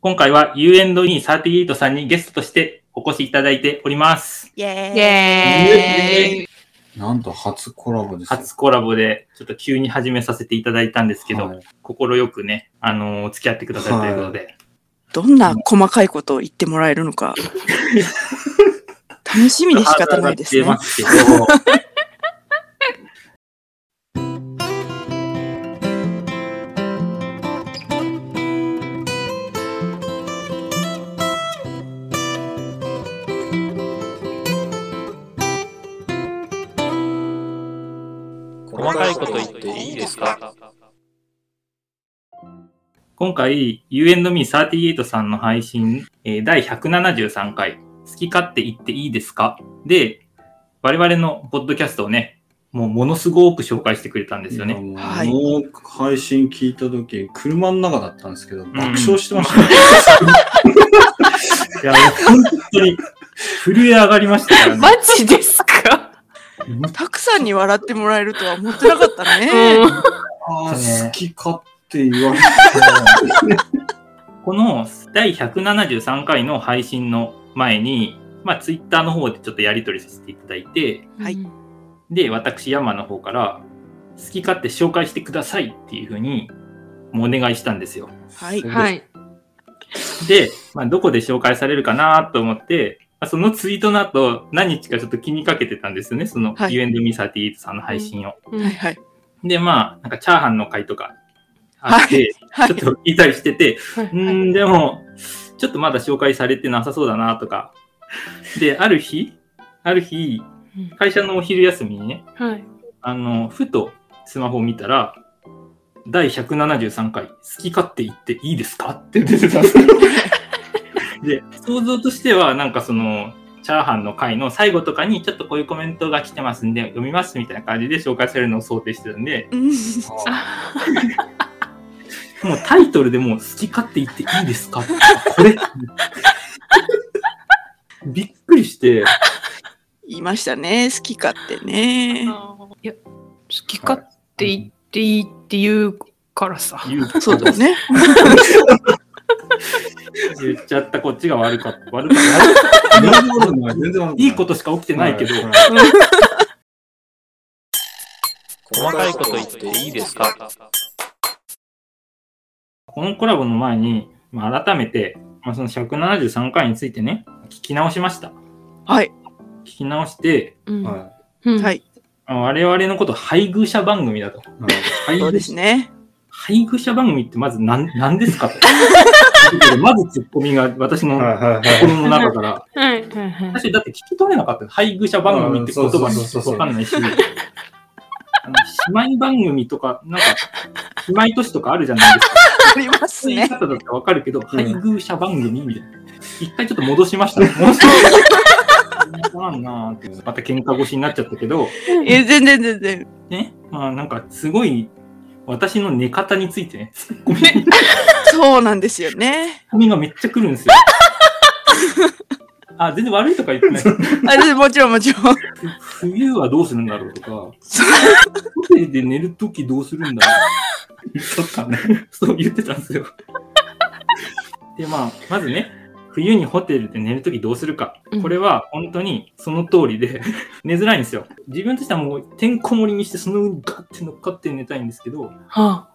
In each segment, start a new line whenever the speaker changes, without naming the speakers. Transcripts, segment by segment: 今回は U&E38 さんにゲストとしてお越しいただいております。
イエーイ
イエーイ
なんと初コラボですよ。
初コラボで、ちょっと急に始めさせていただいたんですけど、
はい
心よくね、あのー付き合ってくださいということで、
どんな細かいことを言ってもらえるのか。楽しみで仕方ないです
ハードルが出
ね
ま。すけど
細かいこと言っていいですか
今回、U&Me38 さんの配信、えー第173回、好き勝手言っていいですかで、我々のポッドキャストをね、もうものすごく紹介してくれたんですよね。
いや
はい
もうあの配信聞いた時、車の中だったんですけど、爆笑してましたね。
いや、もう本当に、震え上がりましたからね。
マジですか、
たくさんに笑ってもらえるとは思ってなかったね。
うん、
あ
ね
ー好きかって言われて。
この第173回の配信の前に、まあ、ツイッターの方でちょっとやり取りさせていただいて、
はい
で、私、山の方から、好き勝手紹介してくださいっていうふうに、もうお願いしたんですよ。
はい。
はい。
で、まあ、どこで紹介されるかなと思って、まあそのツイートの後、何日かちょっと気にかけてたんですよね、その
はい
U&Me38 さんの配信を。
うん
はいはい。
で、まあ、なんかチャーハンの会とかあって、
はい
ちょっといたりしてて、
は
う
いは
ー
い
ん、でも、ちょっとまだ紹介されてなさそうだなとか。で、ある日、ある日、
うん
会社のお昼休みにね、
はい
あの、ふとスマホを見たら、第173回、好き勝手言っていいですかって出てたんですよ。で、想像としては、なんかその、チャーハンの回の最後とかに、ちょっとこういうコメントが来てますんで、読みますみたいな感じで紹介されるのを想定してたんで、
うん
もうタイトルでもう好き勝手言っていいですか これ。びっくりして、
言いましたね。好き勝手ね。
いや、好き勝手言っていいって言うからさ。
言う
そうだね。
言っちゃったこっちが悪かった。悪かった。
全然悪くない全然悪くない
いいことしか起きてないけど、
は
細かいこと言っていいですか
このコラボの前に、まあ、改めて、まあ、その173回についてね、聞き直しました。
はい。
聞き直して、
うん
はい。
うん
はい。
あ我々のこと配偶者番組だと。
はい
配
そう
偶
ですね。
配偶者番組ってまず何何です かと。まずツッコミが私の
はいはいはい
心の中から。
はいはいはい
私だって聞き取れなかった。配偶者番組って言葉にわかんないし、あの姉妹番組とか、なんか、姉妹都市とかあるじゃないですか。
あります
言 い
ね。
方だったらわかるけど、
ん
配偶者番組みたいな。一回ちょっと戻しました。戻した。わかんなーってまた喧嘩腰になっちゃったけど、
え、全然全然。
ね、まあなんかすごい、私の寝方についてね、ツッコミツッ
そうなんですよね。
コミがめっちゃ来るんですよ。あ、全然悪いとか言ってない。
あでもちろんもちろん。
冬はどうするんだろうとか、ホテルで寝るときどうするんだろうとかね、そう言ってたんですよ。で、まあ、まずね、冬にホテルで寝るときどうするか
う。ん
これは本当にその通りで、寝づらいんですよ。自分としてはもうてんこ盛りにして、その上にガッて乗っかって寝たいんですけど、
は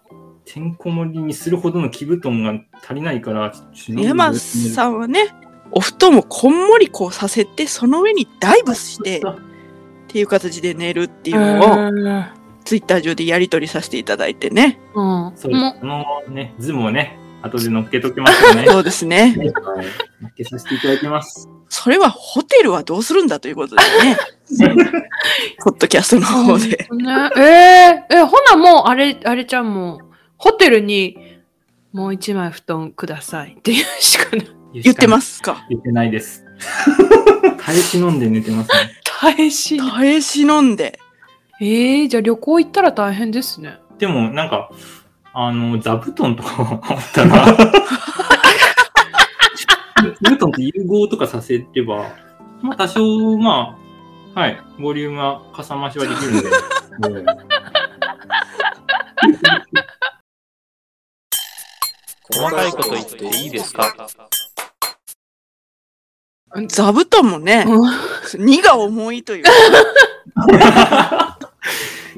てんこ盛りにするほどの気布団が足りないから、ちょっとしのぐ
山さんはね、お布団もこんもりこうさせて、その上にダイブして、っていう形で寝るって
い
いうのを、
うん
ツイッター上でやり取りさせていただいてね。
うん
そう
も
このね、図もね、後で乗っけときますよね。
そうですね。
はい
乗っけさせていただきます。
それはホテルはどうするんだということですね。ポッドキャストの方で。
うね、えー、え、ほなもう、あれ、あれちゃんもう、ホテルに、もう一枚布団くださいっていうしかない。
言ってますか
言ってないです。耐え忍んで寝てますね。
大変。
耐え忍んで。
えー、じゃあ旅行行ったら大変ですね。
でも、なんか、あの、座布団とかあった ら、座布団と融合とかさせれば、まあ多少、まあ、はい、ボリュームはかさ増しはでき るので、
はい
細かいこと言っていいですか
座布団もね、荷が重いという。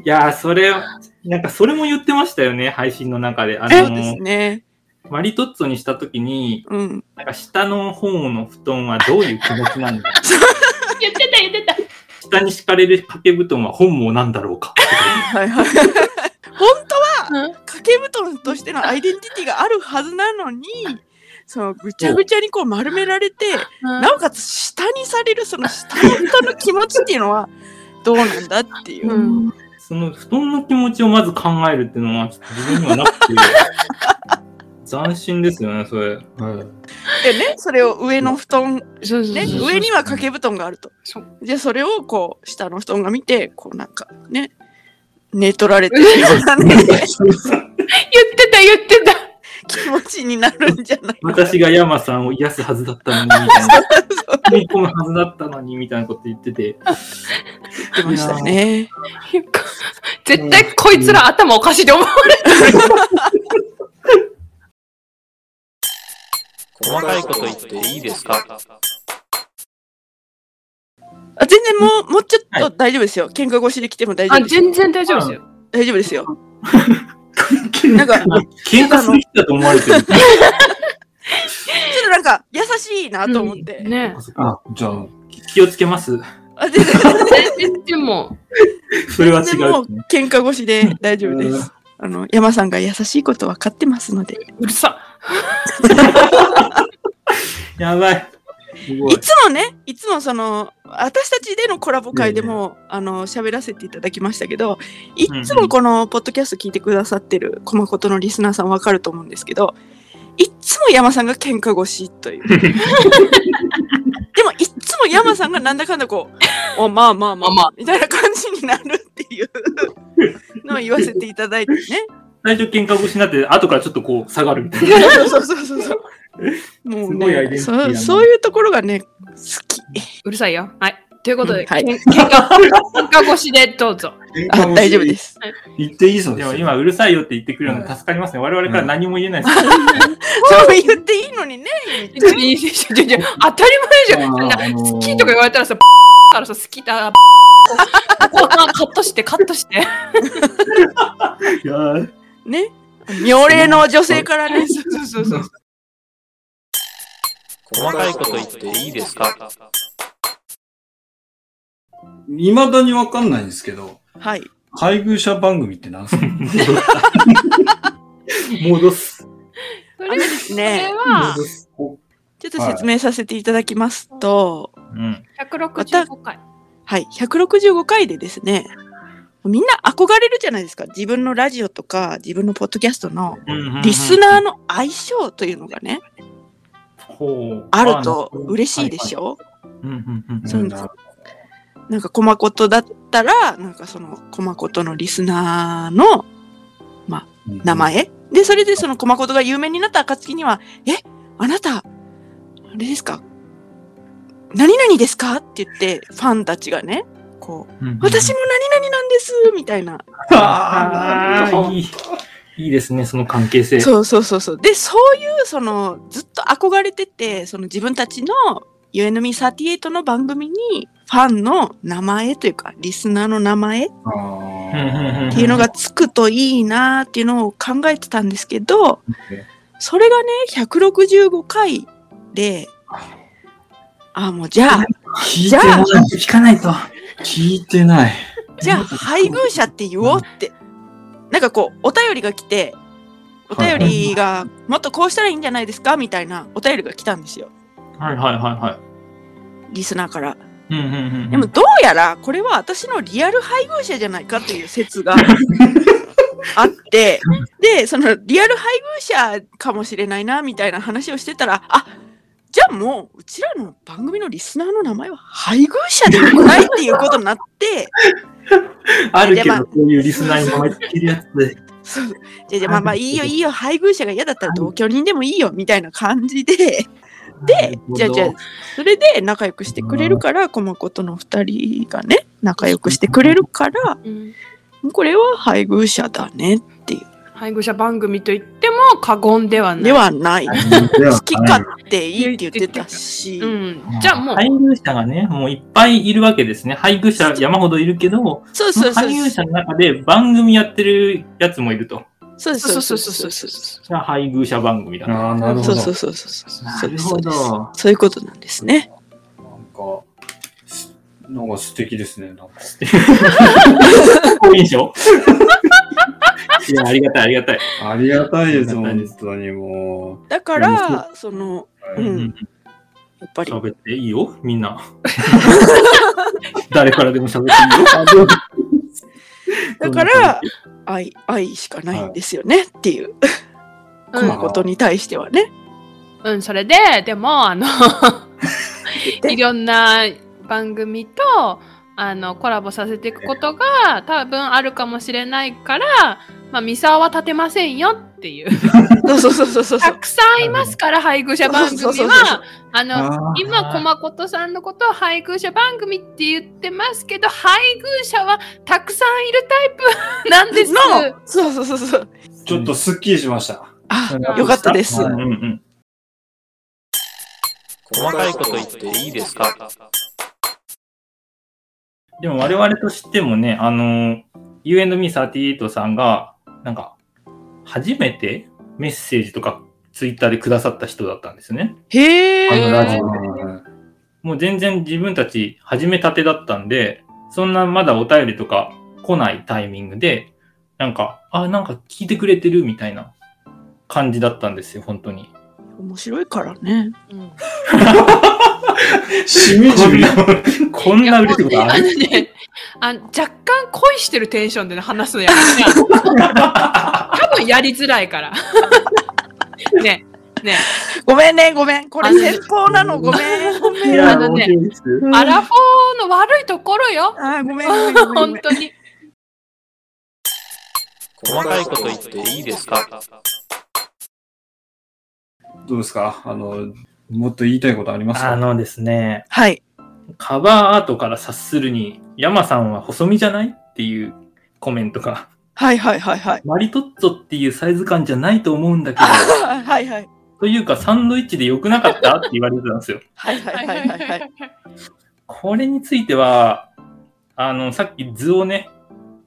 いやー、それ、なんかそれも言ってましたよね、配信の中で。あ
そ
の
うです
ー、
ね。
マリトッツォにしたときに、
うん。
なんか下の方の布団はどういう気持ちなんだ
言ってた言ってた。
下に敷かれる掛け布団は本望なんだろうか。
はいはい。本当
うん
は、掛け布団としてのアイデンティティがあるはずなのに、そのぐちゃぐちゃにこう丸められて、なおかつ下にされるその下の人の気持ちっていうのはどうなんだっていう。
うん
その布団の気持ちをまず考えるっていうのは、ちょっと自分にはなくて、斬新ですよね、それ。
はい
でね、それを上の布団、
そうそう
ね、
そう
上には掛け布団があると
そ。
じゃあそれをこう下の布団が見て、こうなんかね、寝取られて
言ってた言ってた
気持ちになるんじゃない
私がヤマさんを癒すはずだったのに、みたいな。踏み込むはずだったのに、みたいなこと言ってて。
ってましたね。
絶対こいつら頭おかしいと思う。
細かいこと言っていいですか
あ全然もう、もうちょっと大丈夫ですよ。喧嘩越しで来ても大丈
あ、
夫ですよ。
全然大丈夫ですよ。
大丈夫ですよ。なんか、ちょ
喧嘩する人だと思われてる。
っとなんか優しいなと思って。
ね
あ、じゃあ、。
気をつけます。
あ全然
全然も
それは違
全然もう
う。
喧嘩越しで大丈夫です。あの、山さんが優しいこと分かってますので。
う、うるさ。
やばい。すご
い
い。
つもね、いつもその、私たちでのコラボ会でも、あの、喋らせていただきましたけど、いつもこの、ポッドキャスト聞いてくださってる、コマコトのリスナーさん分かると思うんですけど、いつも山さんが喧嘩越しと いう。でも、いつも山さんがなんだかんだこう、お、まあまあまあまあ、みたいな感じになるっていうのを言わせていた だいてね。
最初喧嘩腰になって、後からちょっとこう下がるみたいな。
そうそうそうそうそう。もう
すごいアイデンティテ
ね、
ィだ
そ
な
うそういうところがね、好き。
うるさいよ。はい。ということで、
うんはい
けん喧 嘩、喧嘩越しでどうぞ。
あ大丈夫ですす。
言っていいそうで
ですも
よ。
今、うるさいよって言ってくれるの助かりますね。我々から何も言えないです。
そう言っていいのにね。
ちょいいでしょちょいちょい当たり前じゃん。なんか
あのー
好きとか言われたらさ、 からさ、好きだ。こうカットして、カットして。
いやー
ね。妙齢の女性からね。
そうそうそう。
細かいこと言っていいですか
いまだにわかんないんですけど、
はい。
配偶者番組って何すか
戻す。
そ
あれ
れ
ですね
それ。は
戻す。
ちょっと説明させていただきますと、
うん。
165回。
はい。165回でですね、みんな憧れるじゃないですか。自分のラジオとか、自分のポッドキャストのリスナーの相性というのがね、
ー
あると嬉しいでし
ょ。
ょ
うんうんうん
そううんですなんか、コマコトだったら、なんかその、コマコトのリスナーの名。前。で、それでそのコマコトが有名になった暁には、え、あなた、あれですか何々ですかって言って、ファンたちがね、こう、
うんうん
私も何々なんですみたいな。
あーいい。いいですね、その関係性。
そうそうそうそう。で、そういう、その、ずっと憧れてて、その自分たちの UNME38 の番組に、ファンの名前というか、リスナーの名前っ
あー
ていうのがつくといいなーっていうのを考えてたんですけど、それがね、165回で、あ、もうじゃあ、
聞い
じ
て
ゃあ
ない。
聞かないと。
聞いてない。
じゃあ配偶者って言おうって。なんかこう、お便りが来て、お便りが、もっとこうしたらいいんじゃないですかみたいなお便りが来たんですよ。
はいはいはいは
リスナーから。
い。うんうんうんうん。
でもどうやら、これは私のリアル配偶者じゃないかという 説があって、で、そのリアル配偶者かもしれないな、みたいな話をしてたら、あじゃあもう、うちらの番組のリスナーの名前は配偶者でよくないっていうことになって、
あるけ
でまあ
ど、こういうリスナーに名前つけるやつで。
そう。じゃあじゃあまあまあいいよいいよ、配偶者が嫌だったら同居人でもいいよ、みたいな感じで、で、じゃあじゃあ、それで仲良くしてくれるから、コマコとの二人がね、仲良くしてくれるから、
うん
これは配偶者だねっていう。
配偶者番組と言っても過言ではない。
ではない。好
では
き勝手いいって言ってたし
う。ん、じゃあもう、
配偶者がね、もういっぱいいるわけですね。配偶者山ほどいるけど、
そう
そ
そ
の
うそう
配。偶者の中で番組やってるやつもいると。
そうです
そ
そうう
そ
そううそううそう
そそ
う
そ
じゃあ配偶者番組だな。
ああ、なるほ
そ
ど。
うそ
な
うんそう
か、
そうそう。
な
そう
る
です
ほ
そうです。
ど。
そういうことなんですね。
すなんか素敵ですね。なんか
好印象いや、ありがたい、ありがたい。
ありがたいです、
ありがたいです
本当にも
だから、その、うん、やっぱり。
喋っていいよ、みんな。 誰からでも喋っていい よ。
だから、愛、愛しかないんですよねっていう、
う。
このことに対してはね。
うん、うん、それで、でも、あの、いろんな番組と、あの、コラボさせていくことが多分あるかもしれないから、まあ、ミサオは立てませんよっていう。
そうそうそうそうそ
た
う。
くさんいますから、配偶者番組
そうそうそうそ
は
う。
あ
う。あ
の、
あ
今、駒琴さんのことを配偶者番組って言ってますけど、配偶者はたくさんいるタイプなんです。
の、そうそうそうそう。
ちょっとすっきりしました。
あ、
うん
よかったです。
うんうん
細かいこと言っていいですか
でも我々としてもね、あの、U&Me38 さんが、なんか、初めてメッセージとかツイッターでくださった人だったんですね。
へ
あの
え。
ラジオで。もう全然自分たち始めたてだったんで、そんなまだお便りとか来ないタイミングで、なんか、あ、なんか聞いてくれてるみたいな感じだったんですよ、本当に。
面白いからね。
うん
しみじみ。
こんな嬉しいことあ
あ
る
のね、あ若干恋してるテンションでね話すのやめて。多分やりづらいから。 ね、ね、
ごめんね、ごめん。こ
あ
れ
の
先方なの、ごめん。ご
い
めん。
や
あの
面
ね
白いです
アラフォーの悪いところよ。
あ、ごめん。ごめんごめんご
本
めん
当に。
細かいこと言っていいですか
どうですかあの、もっと言いたいことありますか
あのですね、
はい。
カバーアートから察するに、山さんは細身じゃないっていうコメントが、
はいはいはいはい。
マリトッツォっていうサイズ感じゃないと思うんだけど、
あはいはい。
というかサンドイッチで良くなかったって言われてたんですよ。
はいはいはいはいはい。
これについては、あの、さっき図をね、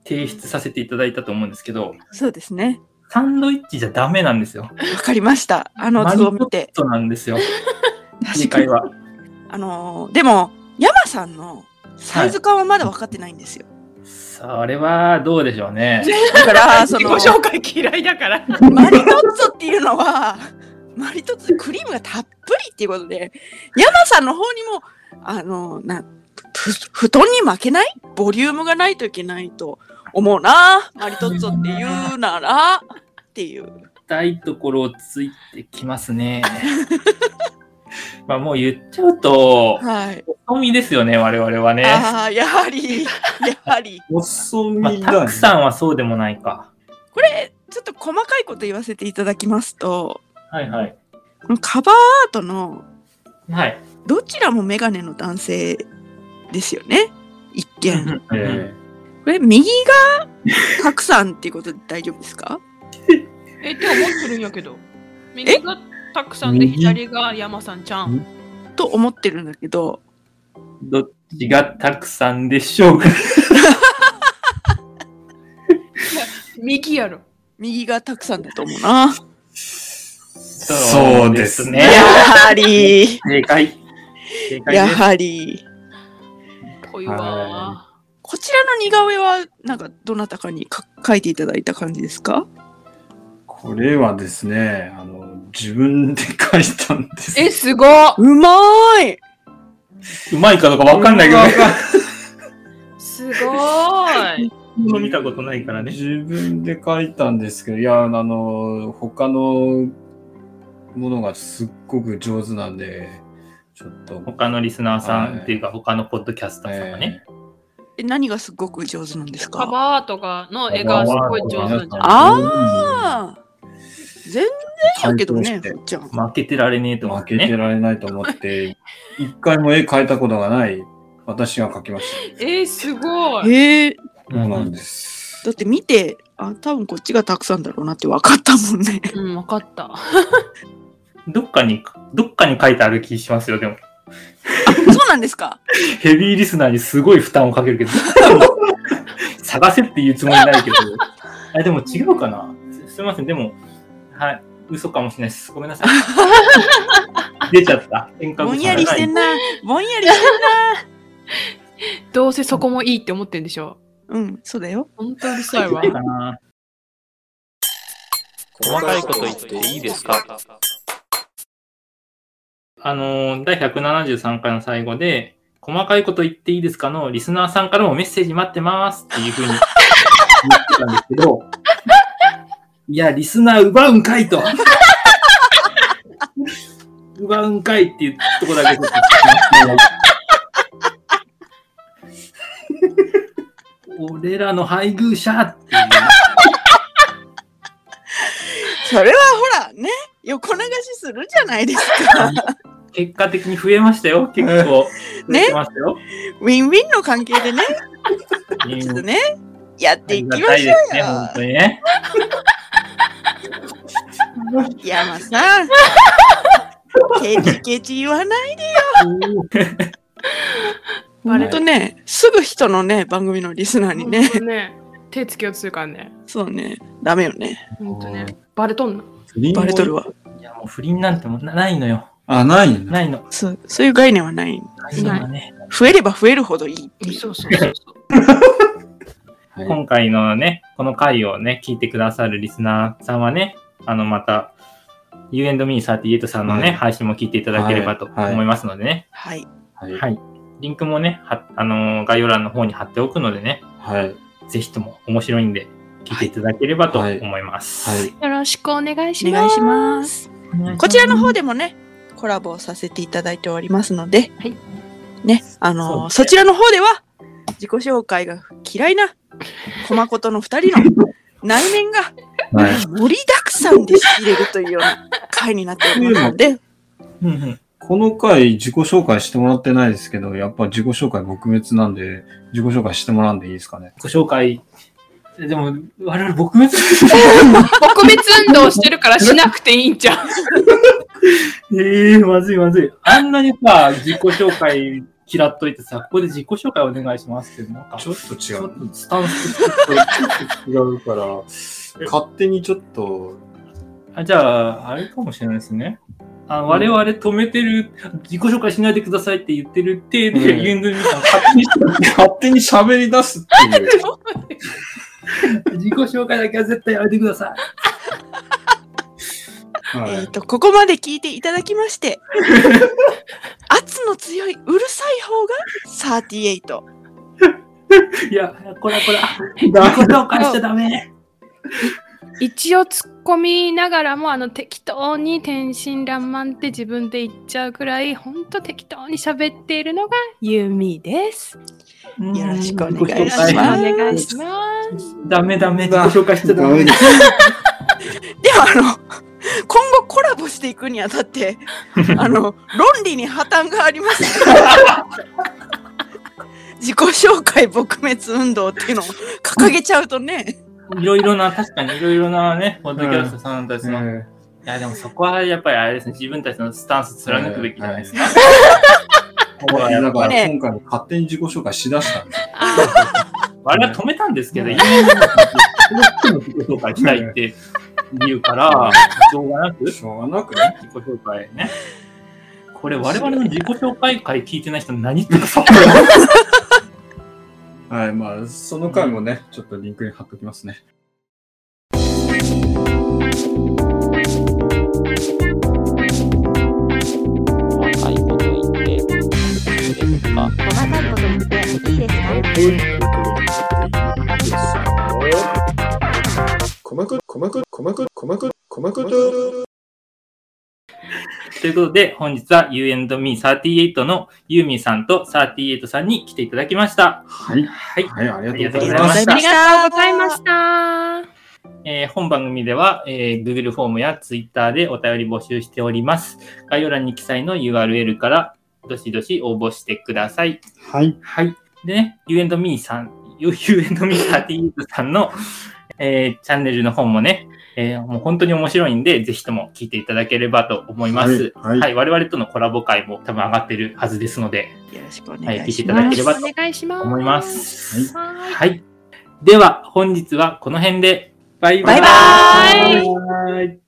提出させていただいたと思うんですけど、
そうですね。
サンドイッチじゃダメなんですよ。
わかりました。あの
マリ
図
ト
を見
ッ
て。
ツォなんですよ、
確
今
かに
回。は。
あのーでも、山さんのサイズ感はまだ分かってないんですよ。
それはどうでしょう ね。
だから、そ
自己
の、
紹介嫌いだから。
マリトッツォっていうのは、マリトッツォクリームがたっぷりっていうことで、山さんの方にも、あの、な、ふ布団に負けないボリュームがないといけないと思うな。マリトッツォって言うなら、っていう。
痛いところをついてきますね。まあもう言っちゃうと、
はい。
細身ですよね、我々はね。
ああ、やはり、 やはり。
細
まあ、
身
た
だ
く
ね。
さんはそうでもないか。
これ、ちょっと細かいこと言わせていただきますと、
はいはい。
このカバーアートの
はい。
どちらもメガネの男性ですよね。一見。
ええ
え
これ、右がたくさんっていうことで大丈夫ですか
えって思ってるんやけど。右がたくさんで左が山さんちゃん。
と思ってるんだけど、
どっちがたくさんでしょうか。
右やろ。
右がたくさんだと思うな。
そうですね
やはり、
正解。正解
や
です。
はり。
ぽいわ
こちらの似顔絵は、なんか、どなたかにか描いていただいた感じですか
これはですね、あの、自分で書いたんです。
ー。え、すごいう
まーい、
うまいかどうかわかんないけど、
わかん
すごーい。
僕も 見たことないからね。
自分で書いたんですけど、いや、あの、他のものがすっごく上手なんで、ちょっと。
他のリスナーさん
はい
っていうか、他のポッドキャスターさんがね。
え
え何がすごく上手なんです
カ
か
バーとかの絵がすごい上手なんじゃない
あ
ああ全然やけどね、ふっちゃん。
負けてられねえと思っ
負
て
けて
ね。
られないと思って、一回も絵描いたことがない私が描きまし
えー、すごい。
へえ
た。そうなんです。
だって見てあ、多分こっちがたくさんだろうなって分かったもんね。
うん、わかった。
どっかに、どっかに書いてある気しますよ、でも。
そうなんですか
ヘビーリスナーにすごい負担をかけるけど、 探せって言うつもりないけど。あ、でも違うかなすすみません、でも、はい、嘘かもしれないです。ごめんなさい。出ちゃった。喧嘩
ぼ
口
んやりしてんな。ぼんやりしてんな。
どうせそこもいいって思ってんでしょ。
うん、そうだよ。
本当うるさいわ
い。いかな
細かいこと言っていいですか
あのー、第173回の最後で、細かいこと言っていいですかのリスナーさんからもメッセージ待ってますっていうふうに言ってたんですけど、いや、リスナー奪うんかいと。奪うんかいっていうとこだけちょっと聞きますね俺らの配偶者っていう。
それはほら、ね、横流しするじゃないです か。
結果的に増えましたよ、結構。
ね
増えましたよ。
ウィンウィンの関係でね、ちょっとね、やっ
あ
てい
り
き
が
ました
い
ょう
です
よ
ね、本。当にね。
いや、まあさ ん。ケチケチ言わない。
バ
割
レた
とね、すぐ人のね、番組のリスナーにね、
本当ね。手つけようとするからね。
そうね、ダメよね。
本当ね。バレとんな。
バレとるわ。
いや、もう不倫なんてもうなないのよ。
あ、ないんだ。
ないの。
そう、そういう概念はない。
ないのがね。
増えれば増えるほどいいっていう。
そうそうそうそう。
今回のね、この回をね、聞いてくださるリスナーさんはね、あの、また、U&Me38 さんのね、
はい
配信も聞いていただければと
はい
思いますのでね。
はい。
は。
はいい。
はい。
リンクもね、はあのー概要欄の方に貼っておくのでね、
はい。
ぜひとも面白いんで、聞いていただければと思います。
よろしくお願いし
お
ま
願い
す。
します。こちらの方でもね、コラボをさせていただいておりますので、
はい
ね、あのー
そ
そうちらの方では、自己紹介が嫌いな、コマコとの二人の 内面が
はい。
盛りだくさんで仕入れるというような回になっておりますので、
うんうん
この回、自己紹介してもらってないですけど、やっぱ自己紹介撲滅なんで、自己紹介してもらうんでいいですかね。
ご紹介。でも、我々撲滅ですね。
撲滅運動してるからしなくていいん じゃん。
ええまずいまずい。あんなにさ、自己紹介嫌っといてさ、ここで自己紹介お願いしますって、なんか、
ちょっと違
ちょ
う。
っとスタンス
違うから、勝手にちょっと、
あじゃあ、あれかもしれないですね。あ我々止めてる、自己紹介しないでくださいって言ってる手で、
うん
ユンドゥミさん勝手にして
勝手に喋り出すっていう。
自己紹介だけは絶対やめてくださ
は
えっ
い。
と、ここまで聞いていただきま して、圧の強いうるさい方が38。
い。いや、こらこら、自己紹介しちゃダメ。
一応突っ込みながらもあの適当に天真爛漫って自分で言っちゃうくらいほんと適当に喋っているのがユミです。よ
よ
ろしくお願
ろ
い
し
し
くお
ます
願いします。
ダメダメ、自己紹介しちゃダメ。
では、あの、今後コラボしていくにあたって、 あの、論理に破綻がありますから。自己紹介撲滅運動っていうのを掲げちゃうとね、
いろいろな、確かにいろいろなね、ポッドキャストさんたちの
え
いや、でもそこはやっぱりあれですね、自分たちのスタンス貫くべきじゃないですか。
ー
はい
だから
ね
今回も勝手に自己紹介しだしたんで。
あ
あれは止めたんですけど、
うん
いいね自己紹介したいって言うから、しょうがなく自
しょうがなくね。
己紹介ね。これ我々の自己紹介会聞いてない人何言ってるかさっ
はい、まあ、その回もね、ちょっとリンクに貼っときますね。
細かいこと言っていいですか
細かいこと言っていいですか
鼓膜鼓膜鼓膜鼓膜鼓膜と
ということで、本日は You and Me38 のユーミンさんと38さんに来ていただきました。
はい。
はい。
はい、ありがと
あ
う
りがと
ございう
ご
ま
ざい
す。
ま
ありがとうござ
あり
い
が
ま
とうございま
し。
したた。
えー本番組では、えー Google フォームや Twitter でお便り募集しております。概要欄に記載の URL からどしどし応募してください。
はい。
はい。でね、You and Me さん、ゆゆえのみさティーズさんの、えーチャンネルの方もね、えーもう本当に面白いんで、ぜひとも聞いていただければと思います。
は
はいい、
はい
我々とのコラボ会も多分上がってるはずですので、
よろしくお
は
願
い、聞
い
いて
し
い
ま
ただ
す。
ければと
お願いします。
思いま。す。
はい。
はい。では、本日はこの辺で、バイバイ。
バイバ
ーイ
バイバイ